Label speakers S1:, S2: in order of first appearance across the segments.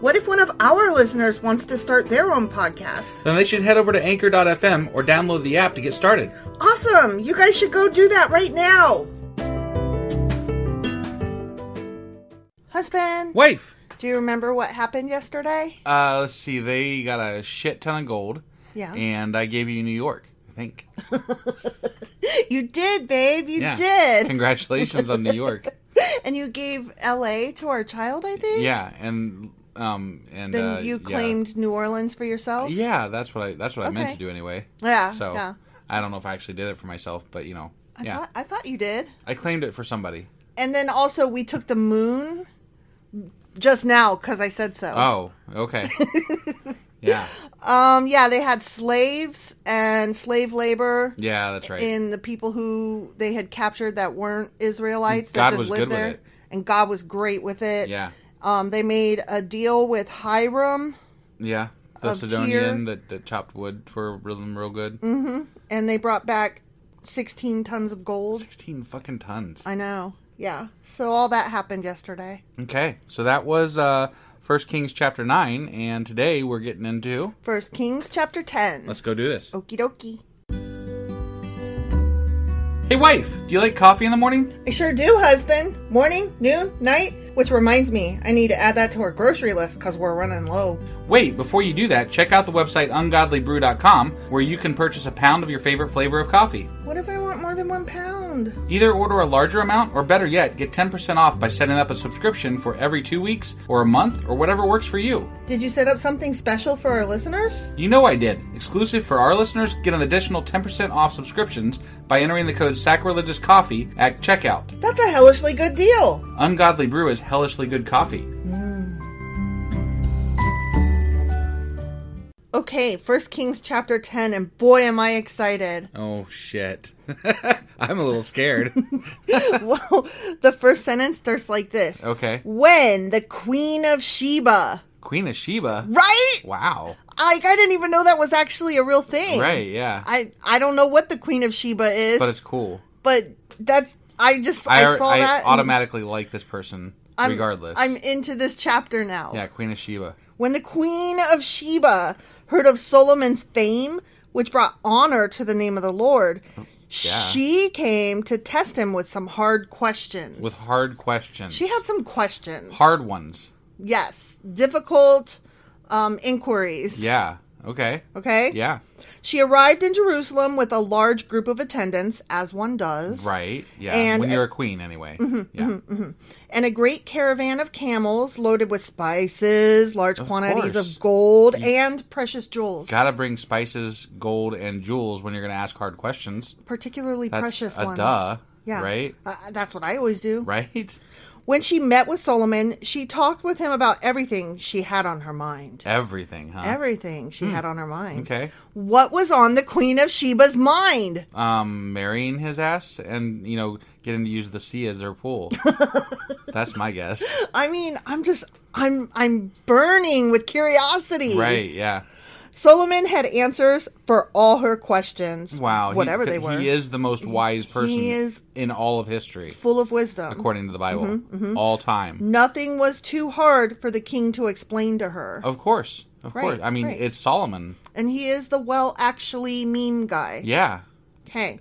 S1: what if one of our listeners wants to start their own podcast?
S2: Then they should head over to anchor.fm or download the app to get started.
S1: Awesome! You guys should go do that right now! Husband,
S2: Wife!
S1: do you remember what happened yesterday?
S2: Uh, let's see, they got a shit ton of gold.
S1: Yeah.
S2: And I gave you New York, I think.
S1: You did, babe. You
S2: Yeah.
S1: did.
S2: Congratulations on New York.
S1: And you gave LA to our child, I think?
S2: Yeah, and um and
S1: Then
S2: uh,
S1: you
S2: yeah.
S1: claimed New Orleans for yourself?
S2: Yeah, that's what I that's what I meant
S1: Okay.
S2: to do anyway.
S1: Yeah,
S2: So
S1: yeah.
S2: I don't know if I actually did it for myself, but you know.
S1: I,
S2: yeah.
S1: thought, I thought you did.
S2: I claimed it for somebody.
S1: And then also we took the moon just now because I said so.
S2: Oh, okay. yeah.
S1: Um, yeah, they had slaves and slave labor
S2: Yeah, that's right.
S1: in the people who they had captured that weren't Israelites.
S2: God
S1: that just
S2: was
S1: lived
S2: good with
S1: there.
S2: it.
S1: And God was great with it.
S2: Yeah.
S1: Um, they made a deal with Hiram
S2: yeah. The
S1: of Mm.
S2: Sidonian that, that chopped wood for real, real good.
S1: and they brought back 16 tons of gold.
S2: 16 fucking tons.
S1: I know. Yeah. So all that happened yesterday.
S2: Okay. So that was uh First Kings chapter 9, and today we're getting into.
S1: First Kings chapter 10.
S2: Let's go do this.
S1: Okie dokie.
S2: Hey, wife, do you like coffee in the morning?
S1: I sure do, husband. Morning, noon, night. Which reminds me, I need to add that to our grocery list because we're running low.
S2: Wait, before you do that, check out the website ungodlybrew.com where you can purchase a pound of your favorite flavor of coffee.
S1: What if I want more than one pound?
S2: Either order a larger amount, or better yet, get 10% off by setting up a subscription for every two weeks, or a month, or whatever works for you.
S1: Did you set up something special for our listeners?
S2: You know I did. Exclusive for our listeners, get an additional 10% off subscriptions by entering the code sacrilegiouscoffee at checkout.
S1: That's a hellishly good deal.
S2: Ungodly Brew is hellishly good coffee.
S1: Okay, First Kings chapter 10, and boy, am I excited.
S2: Oh, shit. I'm a little scared.
S1: well, the first sentence starts like this
S2: okay.
S1: When the Queen of Sheba.
S2: Queen of Sheba.
S1: Right?
S2: Wow.
S1: Like, I didn't even know that was actually a real thing.
S2: Right, yeah.
S1: I, I don't know what the Queen of Sheba is,
S2: But
S1: but,
S2: it's cool.
S1: that's. I just. I, saw that. and
S2: automatically like this person,
S1: I'm-
S2: regardless.
S1: I'm into this chapter now.
S2: yeah, Queen of Sheba.
S1: When the queen of Sheba heard of Solomon's fame, which brought honor to the name of the Lord, she came to test him with some hard questions.
S2: With hard questions.
S1: she had some questions.
S2: hard ones.
S1: Yes. Difficult um, inquiries.
S2: Yeah. Okay.
S1: Okay?
S2: Yeah.
S1: She arrived in Jerusalem with a large group of attendants, as one does.
S2: Right. Yeah.
S1: And-
S2: when
S1: Mm-hmm,
S2: you're a queen, anyway. yeah.
S1: and a great caravan of camels loaded with spices, large quantities
S2: course.
S1: of gold, and precious jewels.
S2: Gotta bring spices, gold, and jewels when you're gonna ask hard questions.
S1: particularly
S2: That's
S1: precious
S2: a
S1: ones.
S2: duh, right?
S1: Uh, that's what I always do.
S2: Right?
S1: When she met with Solomon, she talked with him about everything she had on her mind.
S2: Everything, huh?
S1: Everything she had on her mind.
S2: Hmm. Okay.
S1: What was on the Queen of Sheba's mind?
S2: Um, marrying his ass and, you know, getting to use the sea as their pool. That's my guess.
S1: I mean, I'm just I'm I'm burning with curiosity.
S2: Right, yeah.
S1: Solomon had answers for all her questions.
S2: Wow. he-
S1: Whatever they were.
S2: He is the most wise person
S1: is-
S2: in all of history,
S1: full of wisdom.
S2: according to the Bible.
S1: Mm-hmm,
S2: All time.
S1: Nothing was too hard for the king to explain to her.
S2: Of course. Of
S1: Right,
S2: course. I mean,
S1: right.
S2: it's Solomon.
S1: And he is the well actually meme guy.
S2: Yeah.
S1: Okay.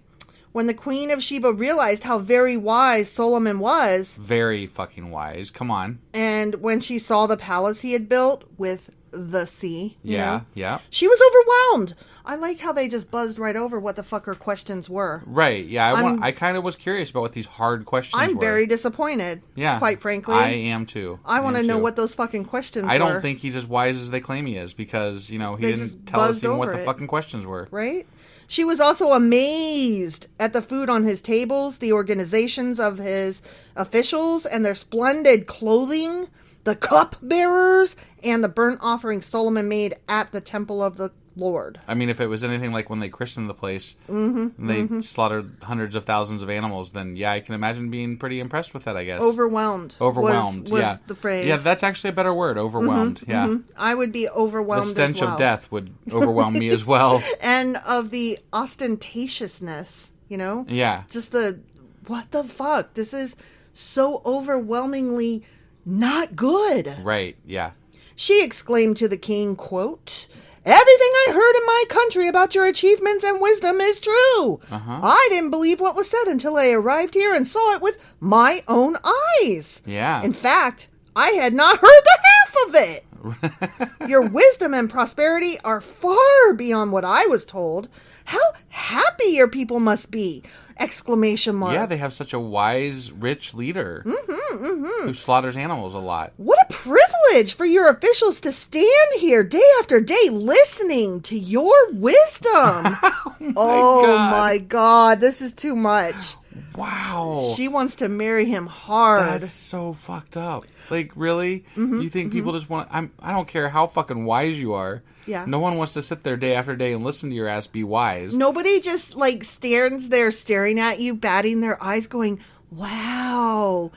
S1: When the Queen of Sheba realized how very wise Solomon was,
S2: Very fucking wise. Come on.
S1: and when she saw the palace he had built with the sea, you
S2: Yeah.
S1: know,
S2: Yeah.
S1: she was overwhelmed. I like how they just buzzed right over what the fuck her questions were.
S2: Right. Yeah. I want,
S1: I'm-
S2: I kind of was curious about what these hard questions
S1: I'm
S2: were.
S1: very disappointed.
S2: Yeah.
S1: Quite frankly.
S2: I am too.
S1: I want to
S2: am
S1: know
S2: too.
S1: what those fucking questions were.
S2: I don't think he's as wise as they claim he is because, you know, he
S1: They
S2: didn't
S1: just
S2: tell us
S1: buzzed
S2: even what
S1: over
S2: the
S1: it.
S2: fucking questions were.
S1: Right? She was also amazed at the food on his tables, the organizations of his officials, and their splendid clothing, the cup bearers, and the burnt offering Solomon made at the temple of the Lord.
S2: I mean, if it was anything like when they christened the place and
S1: Mm-hmm,
S2: they slaughtered hundreds of thousands of animals, then yeah, I can imagine being pretty impressed with that, I guess.
S1: Overwhelmed. was-
S2: Overwhelmed.
S1: Was,
S2: yeah.
S1: the phrase.
S2: Yeah, that's actually a better word. Overwhelmed. yeah.
S1: I would be
S2: The
S1: overwhelmed
S2: stench
S1: as well.
S2: of death would overwhelm me as well.
S1: And of the ostentatiousness, you know?
S2: Yeah.
S1: Just the what the fuck? This is so overwhelmingly not good.
S2: Right. Yeah.
S1: She exclaimed to the king, quote, Everything I heard in my country about your achievements and wisdom is true. I didn't believe what was said until I arrived here and saw it with my own eyes.
S2: Yeah.
S1: In fact, I had not heard the half of it. your wisdom and prosperity are far beyond what I was told. How happy your people must be! Exclamation mark.
S2: Yeah, they have such a wise, rich leader
S1: Mm-hmm,
S2: who slaughters animals a lot.
S1: What a privilege for your officials to stand here day after day listening to your wisdom. oh, my,
S2: God.
S1: god. this is too much.
S2: Wow.
S1: She wants to marry him hard.
S2: That's so fucked up. Like, really?
S1: Mm-hmm,
S2: you think people just want? I'm. I don't care how fucking wise you are.
S1: Yeah.
S2: No one wants to sit there day after day and listen to your ass be wise.
S1: Nobody just like stands there staring at you, batting their eyes, going, Wow,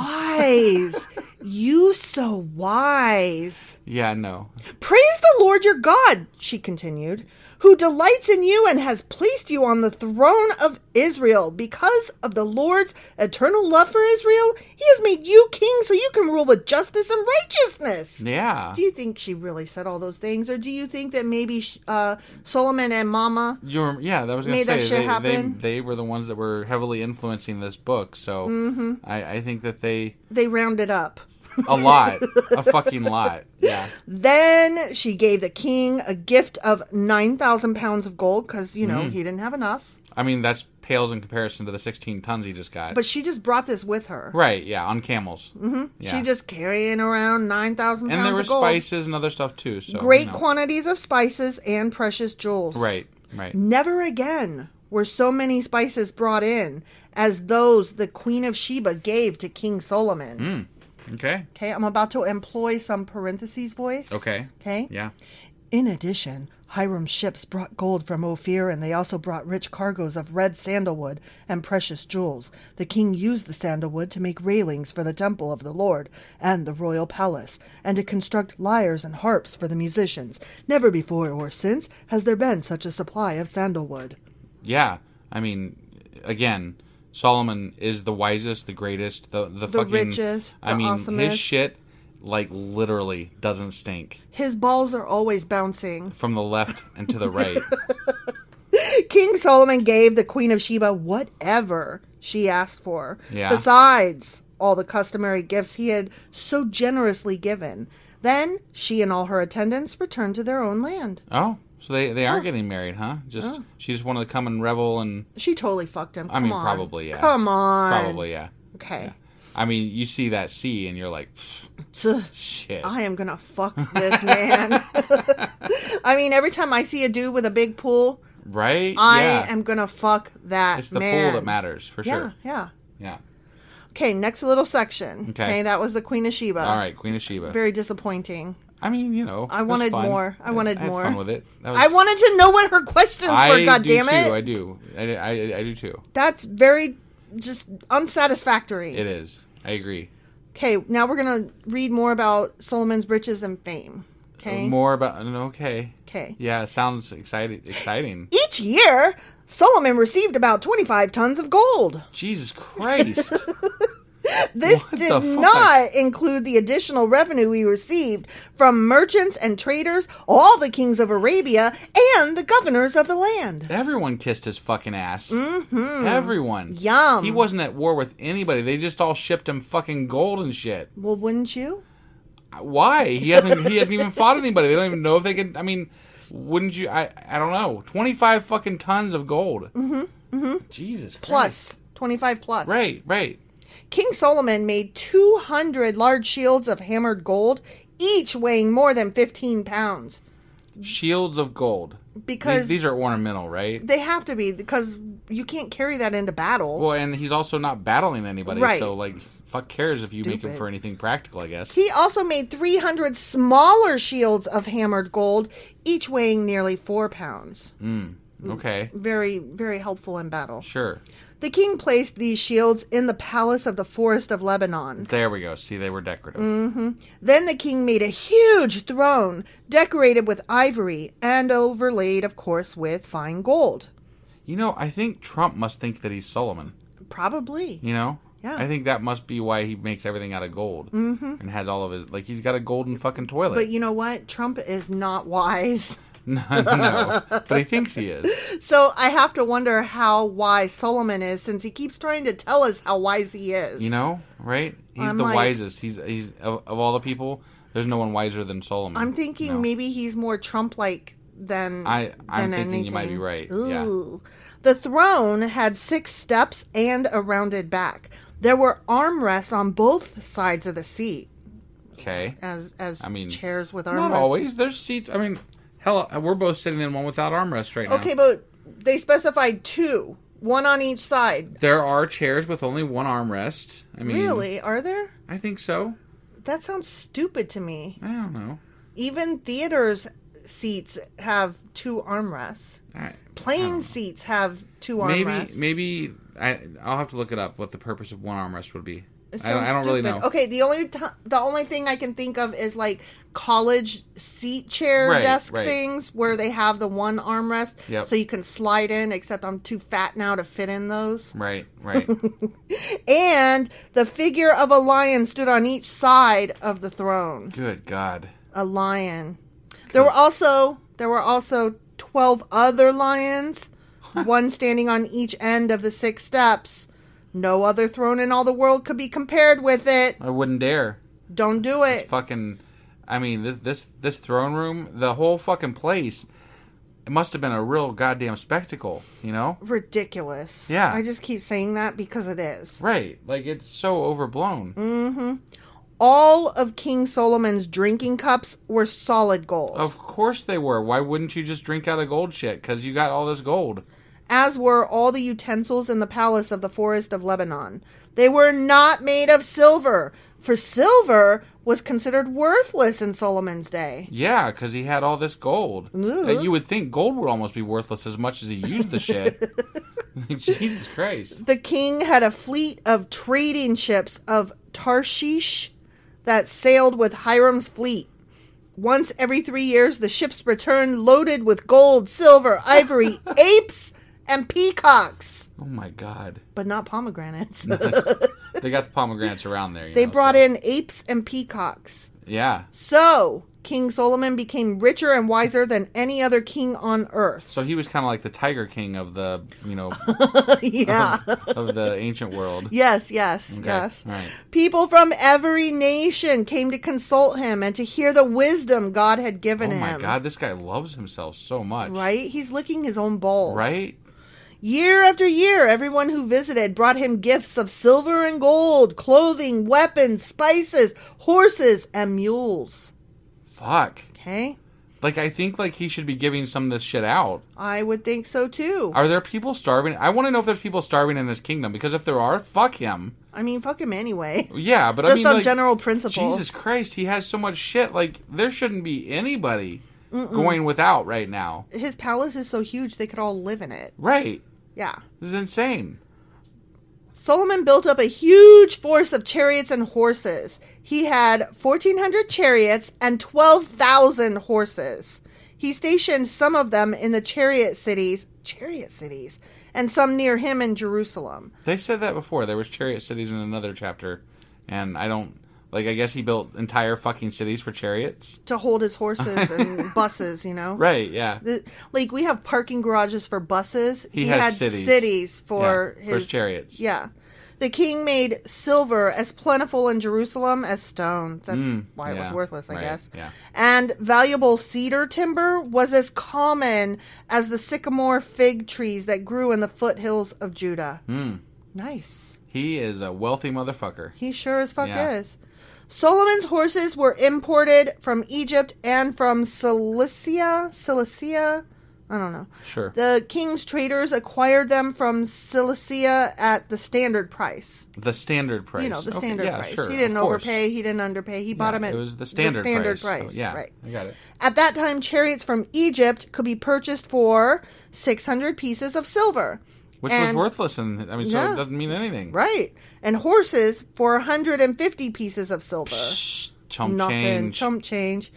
S1: wise. you so wise.
S2: Yeah. No.
S1: Praise the Lord your God, she continued, who delights in you and has placed you on the throne of Israel. Because of the Lord's eternal love for Israel, he has made you king so you can rule with justice and righteousness.
S2: Yeah.
S1: Do you think she really said all those things, or do you think that maybe sh- uh, Solomon and Mama?
S2: You're, yeah, that was gonna
S1: Made that
S2: say
S1: shit
S2: they, they,
S1: happen?
S2: they were the ones that were heavily influencing this book, so
S1: Mm-hmm.
S2: I, I think that they
S1: They rounded up.
S2: a lot, a fucking lot, yeah.
S1: Then she gave the king a gift of 9,000 pounds of gold because, you know, he didn't have enough.
S2: I mean, that's pales in comparison to the 16 tons he just got.
S1: But she just brought this with her.
S2: right, yeah, on camels. Mm-hmm. Yeah.
S1: She just carrying around 9,000 pounds
S2: and there were
S1: of gold.
S2: spices and other stuff too. So
S1: Great
S2: you know.
S1: quantities of spices and precious jewels.
S2: Right, right.
S1: Never again were so many spices brought in as those the Queen of Sheba gave to King Solomon.
S2: Hmm. Okay.
S1: Okay, I'm about to employ some parentheses voice.
S2: Okay.
S1: Okay.
S2: Yeah.
S1: In addition, Hiram's ships brought gold from Ophir and they also brought rich cargoes of red sandalwood and precious jewels. The king used the sandalwood to make railings for the temple of the Lord and the royal palace, and to construct lyres and harps for the musicians. Never before or since has there been such a supply of sandalwood.
S2: Yeah. I mean, again, Solomon is the wisest, the greatest, the the,
S1: The
S2: fucking
S1: richest,
S2: I
S1: the
S2: mean,
S1: awesomest.
S2: his shit like literally doesn't stink
S1: His balls are always bouncing.
S2: from the left and to the right.
S1: King Solomon gave the Queen of Sheba whatever she asked for,
S2: Yeah.
S1: besides all the customary gifts he had so generously given. Then she and all her attendants returned to their own land.
S2: oh, so they they are getting married, huh?
S1: Oh.
S2: Just she just wanted to come and revel and
S1: She totally fucked him.
S2: I mean,
S1: Come on.
S2: probably, yeah.
S1: Come on.
S2: probably yeah.
S1: Okay.
S2: I mean, you see that sea and you're like, "Pfft,
S1: So,
S2: shit.
S1: I am gonna fuck this man. I mean, every time I see a dude with a big pool,
S2: right?
S1: I
S2: yeah.
S1: am gonna fuck that
S2: it's the
S1: man.
S2: pool that matters for
S1: Yeah,
S2: sure.
S1: yeah.
S2: Yeah.
S1: Okay, next little section.
S2: Okay.
S1: that was the Queen of Sheba.
S2: All right, Queen of Sheba.
S1: Very disappointing.
S2: I mean, you know,
S1: I
S2: it was
S1: wanted
S2: fun.
S1: more. I wanted
S2: had
S1: more.
S2: Fun with it. That
S1: I
S2: was-
S1: wanted to know what her questions were. God
S2: do
S1: damn
S2: too.
S1: it!
S2: I do. I, I, I do too.
S1: That's very just unsatisfactory.
S2: It is. I agree.
S1: Okay, now we're gonna read more about Solomon's riches and fame. Okay.
S2: More about okay.
S1: Okay.
S2: Yeah, it sounds exciting. Exciting.
S1: Each year, Solomon received about 25 tons of gold.
S2: Jesus Christ.
S1: This
S2: What the
S1: did
S2: fuck?
S1: not include the additional revenue he received from merchants and traders, all the kings of Arabia, and the governors of the land.
S2: Everyone kissed his fucking ass. Mm-hmm. Everyone.
S1: Yum.
S2: He wasn't at war with anybody. They just all shipped him fucking gold and shit.
S1: Well, wouldn't you?
S2: Why? He hasn't. he hasn't even fought anybody. They don't even know if they can. I mean, wouldn't you? I. I don't know. Twenty five fucking tons of gold. Mm-hmm. Mm-hmm. Jesus. Christ.
S1: Plus, 25 plus.
S2: Right. Right.
S1: King Solomon made 200 large shields of hammered gold, each weighing more than 15 pounds.
S2: Shields of gold.
S1: Because-
S2: these, these are ornamental, right?
S1: They have to be because you can't carry that into battle.
S2: Well, and he's also not battling anybody,
S1: Right.
S2: so like, fuck cares if you make him
S1: Stupid.
S2: for anything practical, I guess.
S1: he also made 300 smaller shields of hammered gold, each weighing nearly 4 pounds.
S2: Mm. okay,
S1: Very, very helpful in battle.
S2: sure.
S1: The king placed these shields in the palace of the forest of Lebanon.
S2: There we go. See, they were decorative.
S1: Mm. Then the king made a huge throne, decorated with ivory and overlaid, of course, with fine gold.
S2: You know, I think Trump must think that he's Solomon.
S1: Probably.
S2: You know.
S1: Yeah.
S2: I think that must be why he makes everything out of gold mm-hmm. and has all of his like he's got a golden fucking toilet.
S1: But you know what? Trump is not wise.
S2: no, but he thinks he is.
S1: So I have to wonder how wise Solomon is since he keeps trying to tell us how wise he is.
S2: You know, right? He's
S1: I'm
S2: the
S1: like-
S2: wisest. He's he's of, of all the people. There's no one wiser than Solomon.
S1: I'm thinking
S2: No.
S1: maybe he's more Trump like than
S2: I- I'm
S1: than
S2: thinking you might be
S1: anything.
S2: right. Yeah.
S1: Ooh. The throne had six steps and a rounded back. There were armrests on both sides of the seat
S2: okay.
S1: as as
S2: I mean,
S1: chairs with
S2: Not
S1: armrests.
S2: always. There's seats. I mean, hell, we're both sitting in one without armrests right now.
S1: Okay, but they specified two, one on each side.
S2: there are chairs with only one armrest. I mean,
S1: Really? Are there?
S2: I think so.
S1: That sounds stupid to me.
S2: I don't know.
S1: Even theaters seats have two armrests.
S2: I,
S1: Plane seats have two
S2: Oh. maybe
S1: armrests.
S2: maybe I I'll have to look it up what the purpose of one armrest would be.
S1: It
S2: I don't-
S1: sounds
S2: I don't really
S1: stupid.
S2: know.
S1: Okay, the only t- the only thing I can think of is like college seat chair
S2: Right,
S1: desk
S2: right.
S1: things where they have the one armrest,
S2: Yep.
S1: so you can slide in. Except I'm too fat now to fit in those.
S2: Right, right.
S1: And the figure of a lion stood on each side of the throne.
S2: Good God.
S1: A lion. There were also there were also twelve other lions, one standing on each end of the six steps. No other throne in all the world could be compared with it.
S2: I wouldn't dare.
S1: Don't do it.
S2: Fucking. I mean, this this this throne room, the whole fucking place. It must have been a real goddamn spectacle, you know?
S1: Ridiculous.
S2: Yeah.
S1: I just keep saying that because it is.
S2: Right. Like it's so overblown.
S1: All of King Solomon's drinking cups were solid gold,
S2: Of course they were. Why wouldn't you just drink out of gold shit? Because you got all this gold.
S1: as were all the utensils in the palace of the forest of Lebanon. They were not made of silver, for silver was considered worthless in Solomon's day.
S2: Yeah, because he had all this gold. That you would think gold would almost be worthless as much as he used the shit. Jesus Christ.
S1: the king had a fleet of trading ships of Tarshish that sailed with Hiram's fleet. Once every three years, the ships returned loaded with gold, silver, ivory, apes, and peacocks,
S2: Oh my God.
S1: but not pomegranates.
S2: They got the pomegranates around there. You
S1: they
S2: know,
S1: brought
S2: so-
S1: in apes and peacocks.
S2: Yeah.
S1: So, King Solomon became richer and wiser than any other king on earth.
S2: So he was kind of like the Tiger King of the, you know,
S1: yeah.
S2: of the ancient world.
S1: Yes, yes,
S2: Okay,
S1: yes.
S2: all right.
S1: People from every nation came to consult him and to hear the wisdom God had
S2: Oh
S1: given
S2: my
S1: him.
S2: God, this guy loves himself so much.
S1: Right? He's licking his own balls.
S2: Right?
S1: Year after year, everyone who visited brought him gifts of silver and gold, clothing, weapons, spices, horses, and mules.
S2: Fuck.
S1: Okay?
S2: Like I think like he should be giving some of this shit out.
S1: I would think so too.
S2: Are there people starving? I want to know if there's people starving in his kingdom because if there are, fuck him.
S1: I mean, fuck him anyway.
S2: Yeah, but I
S1: Just
S2: mean,
S1: on
S2: like,
S1: general principle.
S2: Jesus Christ, he has so much shit. Like there shouldn't be anybody going without right now.
S1: His palace is so huge, they could all live in it.
S2: Right?
S1: Yeah.
S2: This is insane.
S1: Solomon built up a huge force of chariots and horses. He had 1,400 chariots and 12,000 horses. He stationed some of them in the chariot cities, chariot cities, and some near him in Jerusalem.
S2: They said that before. There was chariot cities in another chapter, and I don't like. I guess he built entire fucking cities for chariots.
S1: To hold his horses and buses, you know?
S2: Right? Yeah.
S1: The- Like, we have parking garages for buses.
S2: He has
S1: had
S2: cities.
S1: for,
S2: Yeah,
S1: his,
S2: for his chariots.
S1: Yeah. The king made silver as plentiful in Jerusalem as stone. That's why it
S2: Mm, yeah,
S1: was worthless, I
S2: right,
S1: guess.
S2: yeah.
S1: And valuable cedar timber was as common as the sycamore fig trees that grew in the foothills of Judah.
S2: Hmm.
S1: Nice.
S2: He is a wealthy motherfucker.
S1: He sure as fuck
S2: Yeah.
S1: is. Solomon's horses were imported from Egypt and from Cilicia. Cilicia? I don't know.
S2: Sure.
S1: The king's traders acquired them from Cilicia at the standard price.
S2: The standard price.
S1: You know, the
S2: Okay,
S1: standard
S2: yeah,
S1: price.
S2: Sure,
S1: he
S2: of
S1: didn't
S2: course.
S1: overpay, he didn't underpay. He bought
S2: Yeah,
S1: them at
S2: it was the standard,
S1: standard
S2: price.
S1: price.
S2: So, yeah,
S1: right.
S2: I got it.
S1: At that time, chariots from Egypt could be purchased for 600 pieces of silver.
S2: Which was
S1: And-
S2: worthless, and I mean, so
S1: Yeah.
S2: it doesn't mean anything.
S1: Right. And horses for 150 pieces of silver.
S2: Chump
S1: Nothing.
S2: change.
S1: Chump change.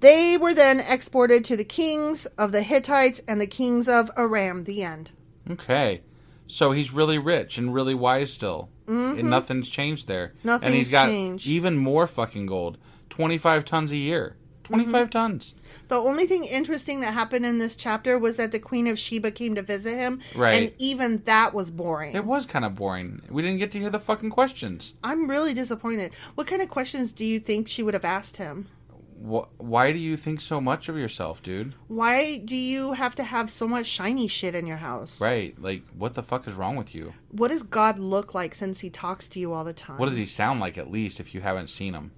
S1: They were then exported to the kings of the Hittites and the kings of Aram. The end.
S2: Okay. So he's really rich and really wise still. And nothing's changed there.
S1: Mm-hmm. Nothing's
S2: and he's got
S1: changed.
S2: even more fucking gold. 25 tons a year.
S1: Mm-hmm.
S2: 25 tons.
S1: The only thing interesting that happened in this chapter was that the Queen of Sheba came to visit him.
S2: Right.
S1: And even that was boring.
S2: It was kind of boring. We didn't get to hear the fucking questions.
S1: I'm really disappointed. What kind of questions do you think she would have asked him?
S2: Wh- why do you think so much of yourself, dude?
S1: Why do you have to have so much shiny shit in your house?
S2: Right. Like, what the fuck is wrong with you?
S1: What does God look like since he talks to you all the time?
S2: What does he sound like, at least, if you haven't seen him?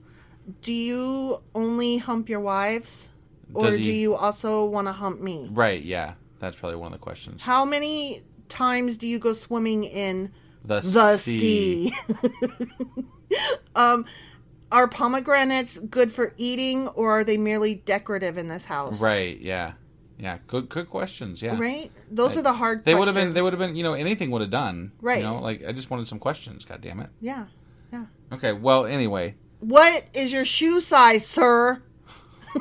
S1: Do you only hump your wives? Or
S2: Does
S1: do
S2: he-
S1: you also want to hump me?
S2: Right, yeah. That's probably one of the questions.
S1: How many times do you go swimming in
S2: The,
S1: the sea? um, are pomegranates good for eating or are they merely decorative in this house?
S2: Right, yeah. Yeah, good good questions, yeah.
S1: Right? Those are the hard
S2: They would
S1: questions.
S2: have been. They would have been. You know, anything would have done. You
S1: Right.
S2: know, like I just wanted some questions. God damn it.
S1: Yeah. Yeah.
S2: Okay. Well, anyway,
S1: What is your shoe size, sir?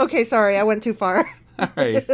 S1: okay, sorry, I went too far.
S2: all right.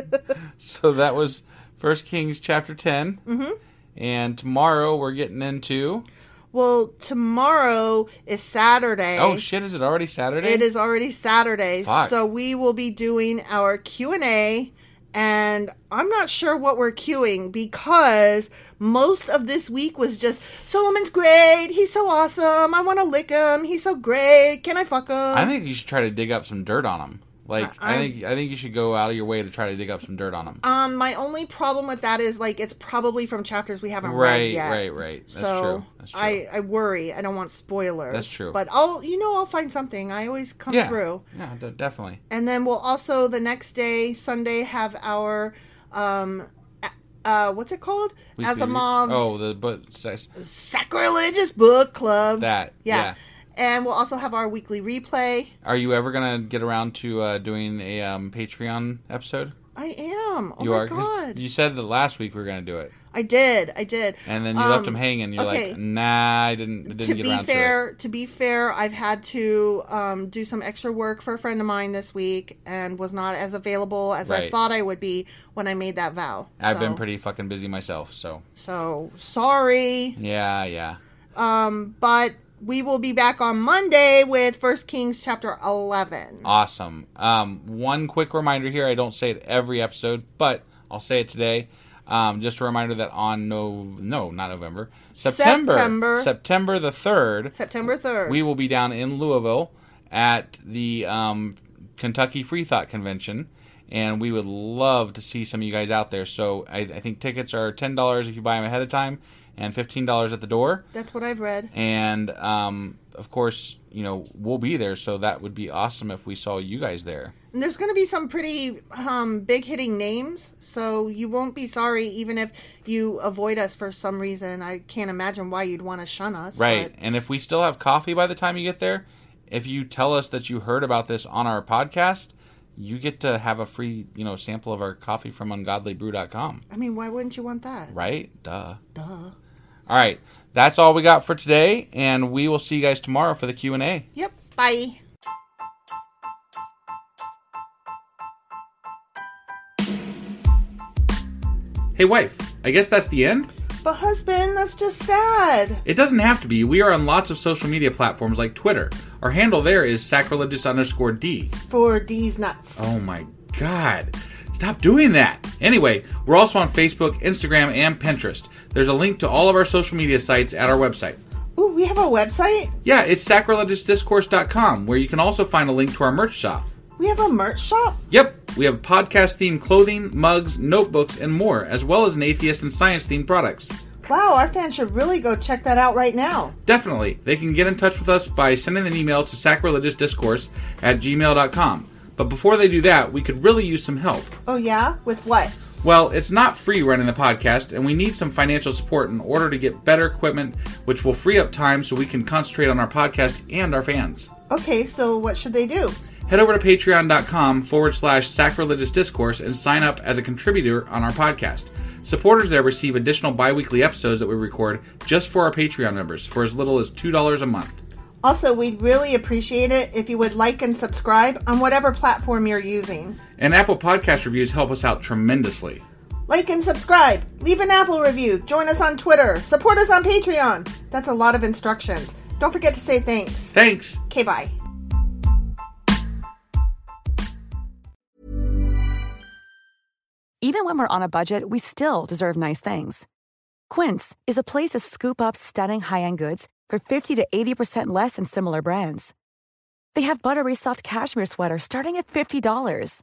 S2: so that was First Kings chapter 10 mm-hmm. and tomorrow we're getting into.
S1: Well, tomorrow is Saturday.
S2: Oh shit! Is it already Saturday?
S1: It is already Saturday,
S2: Fuck.
S1: so we will be doing our Q and A, and I'm not sure what we're queuing because most of this week was just Solomon's great. He's so awesome. I want to lick him. He's so great. Can I fuck him?
S2: I think you should try to dig up some dirt on them.
S1: Uh,
S2: Like I, think I think you should go out of your way to try to dig up some dirt on them.
S1: Um, my only problem with that is like it's probably from chapters we haven't read
S2: right,
S1: yet.
S2: right, right. That's
S1: so
S2: true. That's true.
S1: I I worry. I don't want spoilers.
S2: That's true.
S1: But I'll you know I'll find something. I always come
S2: yeah.
S1: through.
S2: Yeah, de- definitely.
S1: And then we'll also the next day Sunday have our um a- uh what's it called?
S2: Weekly re-
S1: Asimov's
S2: Oh, the but says-
S1: sacrilegious book club.
S2: that.
S1: yeah. And we'll also have our weekly replay.
S2: Are you ever gonna get around to uh, doing a um, Patreon episode?
S1: I am. Oh
S2: you
S1: my
S2: are. 'Cause
S1: god.
S2: You said that last week we were gonna do it,
S1: I did. I did.
S2: and then you left them hanging. You're
S1: Um, okay.
S2: like, nah, I didn't. I didn't
S1: to
S2: get
S1: be
S2: around to it.
S1: fair, to, be fair, I've had to um, do some extra work for a friend of mine this week, and was not as available as I
S2: Right.
S1: thought I would be when I made that vow.
S2: I've been
S1: So-
S2: pretty fucking busy myself, so
S1: so sorry,
S2: yeah, yeah.
S1: but we will be back on Monday with First Kings chapter eleven.
S2: Awesome. Um, one quick reminder here. I don't say it every episode, but I'll say it today. Um, just a reminder that on no, no, not November, September,
S1: September.
S2: September the third,
S1: September third.
S2: we will be down in Louisville at the um, Kentucky Free Thought Convention, and we would love to see some of you guys out there. So I, I think tickets are ten dollars if you buy them ahead of time, and fifteen dollars at the door.
S1: That's what I've read.
S2: And um, of course, you know we'll be there, so that would be awesome if we saw you guys there.
S1: And there's going to be some pretty um, big hitting names, so you won't be sorry even if you avoid us for some reason. I can't imagine why you'd want to shun us.
S2: Right.
S1: but-
S2: And if we still have coffee by the time you get there, if you tell us that you heard about this on our podcast, you get to have a free, you know, sample of our coffee from ungodlybrew.com.
S1: I mean, why wouldn't you want that?
S2: Right? Duh. Duh. All right. That's all we got for today, and we will see you guys tomorrow for the Q&A.
S1: Yep. Bye.
S2: Hey wife, I guess that's the end?
S1: But husband, that's just sad.
S2: It doesn't have to be. We are on lots of social media platforms like Twitter. Our handle there is sacrilegious underscore D.
S1: For these nuts.
S2: Oh my god. Stop doing that. Anyway, we're also on Facebook, Instagram, and Pinterest. There's a link to all of our social media sites at our website.
S1: Ooh, we have a website?
S2: Yeah, it's sacrilegiousdiscourse.com where you can also find a link to our merch shop.
S1: We have a merch shop?
S2: Yep, we have podcast themed clothing, mugs, notebooks, and more, as well as an atheist and science themed products.
S1: Wow, our fans should really go check that out right now.
S2: Definitely, they can get in touch with us by sending an email to sacrilegiousdiscourse at gmail.com. But before they do that, we could really use some help.
S1: Oh, yeah? With what?
S2: Well, it's not free running the podcast, and we need some financial support in order to get better equipment, which will free up time so we can concentrate on our podcast and our fans.
S1: Okay, so what should they do?
S2: Head over to patreon.com forward slash sacrilegious discourse and sign up as a contributor on our podcast. Supporters there receive additional bi weekly episodes that we record just for our Patreon members for as little as $2 a month.
S1: Also, we'd really appreciate it if you would like and subscribe on whatever platform you're using.
S2: And Apple Podcast reviews help us out tremendously.
S1: Like and subscribe, leave an Apple review, join us on Twitter, support us on Patreon. That's a lot of instructions. Don't forget to say thanks.
S2: Thanks!
S1: Okay, bye.
S3: Even when we're on a budget, we still deserve nice things. Quince is a place to scoop up stunning high end goods for 50 to 80% less than similar brands. They have buttery soft cashmere sweaters starting at $50,